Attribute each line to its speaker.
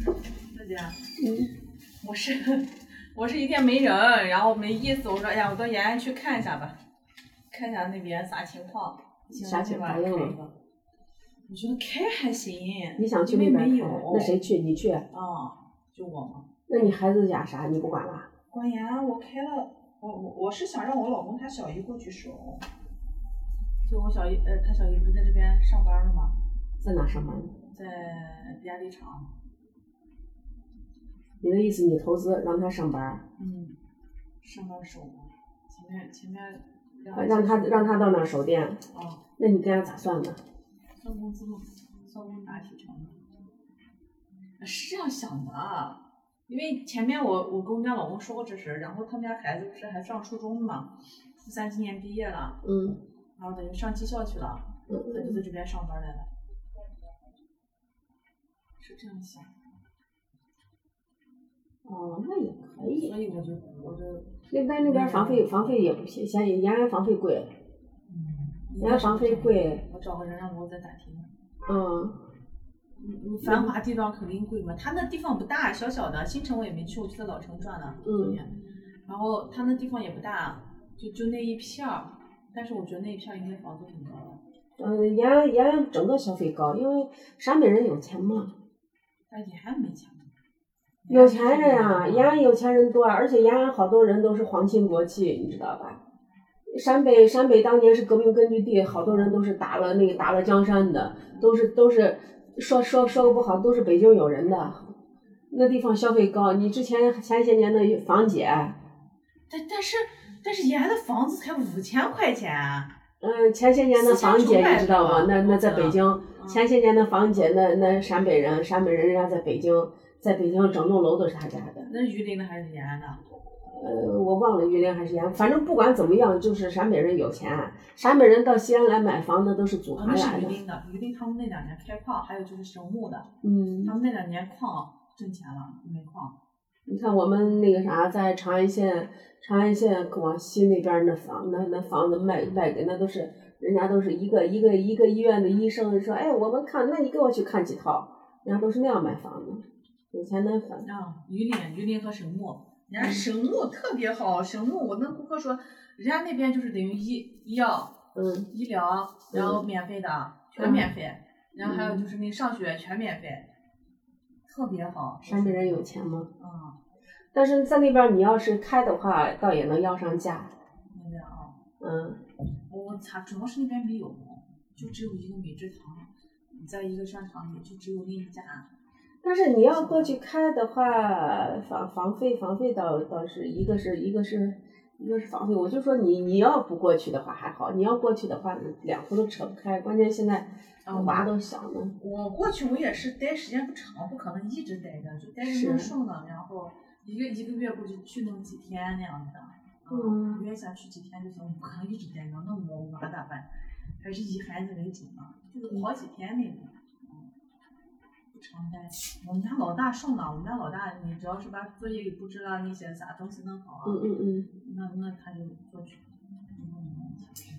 Speaker 1: 时间，
Speaker 2: 嗯，
Speaker 1: 我是 我是一天没人，然后没意思，我说哎呀，我到延安去看一下吧，看一下那边啥情况。行
Speaker 2: 啥情
Speaker 1: 那
Speaker 2: 况
Speaker 1: 边
Speaker 2: 样
Speaker 1: 开
Speaker 2: 啊
Speaker 1: 一个我觉得开还行。
Speaker 2: 你想去
Speaker 1: 因为
Speaker 2: 那边
Speaker 1: 没
Speaker 2: 看
Speaker 1: 有？
Speaker 2: 那谁去？你去？
Speaker 1: 啊，就我嘛。
Speaker 2: 那你孩子俩啥你不管啦？
Speaker 1: 管呀，我开了，我我我是想让我老公他小姨过去收，就我小姨呃，他小姨不是在这边上班了吗？
Speaker 2: 在哪上班？
Speaker 1: 在比亚迪厂。
Speaker 2: 你的意思，你投资让他上班，
Speaker 1: 嗯，上班收嘛，前面前面
Speaker 2: 让他让他到那儿守店，
Speaker 1: 啊，
Speaker 2: 那你该咋算呢？
Speaker 1: 算工资嘛，算工资拿提成的，呃是这样想的。啊因为前面我我跟我们家老公说过这事儿，然后他们家孩子不是还上初中嘛，初三今年毕业了，
Speaker 2: 嗯
Speaker 1: 然后等于上技校去了，
Speaker 2: 嗯
Speaker 1: 他就在这边上班来了。是这样想，
Speaker 2: 哦，那也可以
Speaker 1: 所。以我就我就
Speaker 2: 那边那边房费房费也不行，嫌延安房费贵，
Speaker 1: 嗯，
Speaker 2: 延安房费。贵。
Speaker 1: 我找个人让我再打听。
Speaker 2: 嗯，
Speaker 1: 你你繁华地段肯定贵嘛，他那地方不大，小小的，新城我也没去，我去的老城转了。
Speaker 2: 嗯。
Speaker 1: 然后他那地方也不大，就就那一片儿，但是我觉得那一片儿应该房租挺高的。
Speaker 2: 嗯，延安延安整个消费高，因为陕北人有钱嘛，
Speaker 1: 但延安没钱嘛。
Speaker 2: 有钱人啊，
Speaker 1: 嗯
Speaker 2: 延安有钱人多啊，而且延安好多人都是皇亲国戚，你知道吧？陕北陕北当年是革命根据地，好多人都是打了那个打了江山的，都是都是说说说个不好，都是北京有人的，那地方消费高。你之前前些年的房姐，
Speaker 1: 但但是但是延安的房子才五千块钱啊、
Speaker 2: 嗯，前些年的房姐你知道吗？那那在北京，
Speaker 1: 嗯
Speaker 2: 前些年的房姐，那那陕北人，陕北人人家在北京，在北京整栋楼都是他家的。
Speaker 1: 那是榆林的还是延安的？
Speaker 2: 呃，我忘了榆林还是延安，反正不管怎么样，就是陕北人有钱，陕北人到西安来买房那都是组
Speaker 1: 哦，
Speaker 2: 团
Speaker 1: 那
Speaker 2: 来
Speaker 1: 是榆
Speaker 2: 的。
Speaker 1: 林的，榆林他们那两年开矿，还有就是神木的，
Speaker 2: 嗯
Speaker 1: 他，们那两年矿挣钱了，煤矿。
Speaker 2: 你看我们那个啥，在长安县，长安县往西那边那房，那那房子卖卖给那都是人家都是一个一个一个医院的医生说，哎，我们看，那你给我去看几套，人家都是那样买房的，有钱难分。
Speaker 1: 啊，榆林，榆林和神木，人家神木特别好，神木我跟顾客说，人家那边就是等于医医药、
Speaker 2: 嗯
Speaker 1: 医疗，然后免费的，全免费，然后还
Speaker 2: 嗯
Speaker 1: 有就是那上学全免费，特别好。，
Speaker 2: 陕北人有钱吗？
Speaker 1: 啊，
Speaker 2: 但是在那边你要是开的话，倒也能要上价。
Speaker 1: 那边啊，
Speaker 2: 嗯，
Speaker 1: 我我查，主要是那边没有，就只有一个美之堂，在一个商场里就只有那一家。
Speaker 2: 但是你要过去开的话，房房费房费倒倒是一个是一个是一个是房费，我就说你你要不过去的话还好，你要过去的话两头都扯不开，关键现在
Speaker 1: 啊我
Speaker 2: 娃都小呢。
Speaker 1: 我过去我也是待时间不长，不可能一直待着，就待着那
Speaker 2: 是
Speaker 1: 顺了，然后一个一个月过去去那么几天那样子的，
Speaker 2: 嗯
Speaker 1: 一个月想去几天就行，不可能一直待着，那我娃咋办？还是以孩子为主嘛，就是好几天那种。嗯不常待，我们家老大顺了，我们家老大，你只要是把作业给布置了，
Speaker 2: 嗯
Speaker 1: 那些啥东西弄好啊，
Speaker 2: 嗯嗯嗯。
Speaker 1: 那那他就过去了。嗯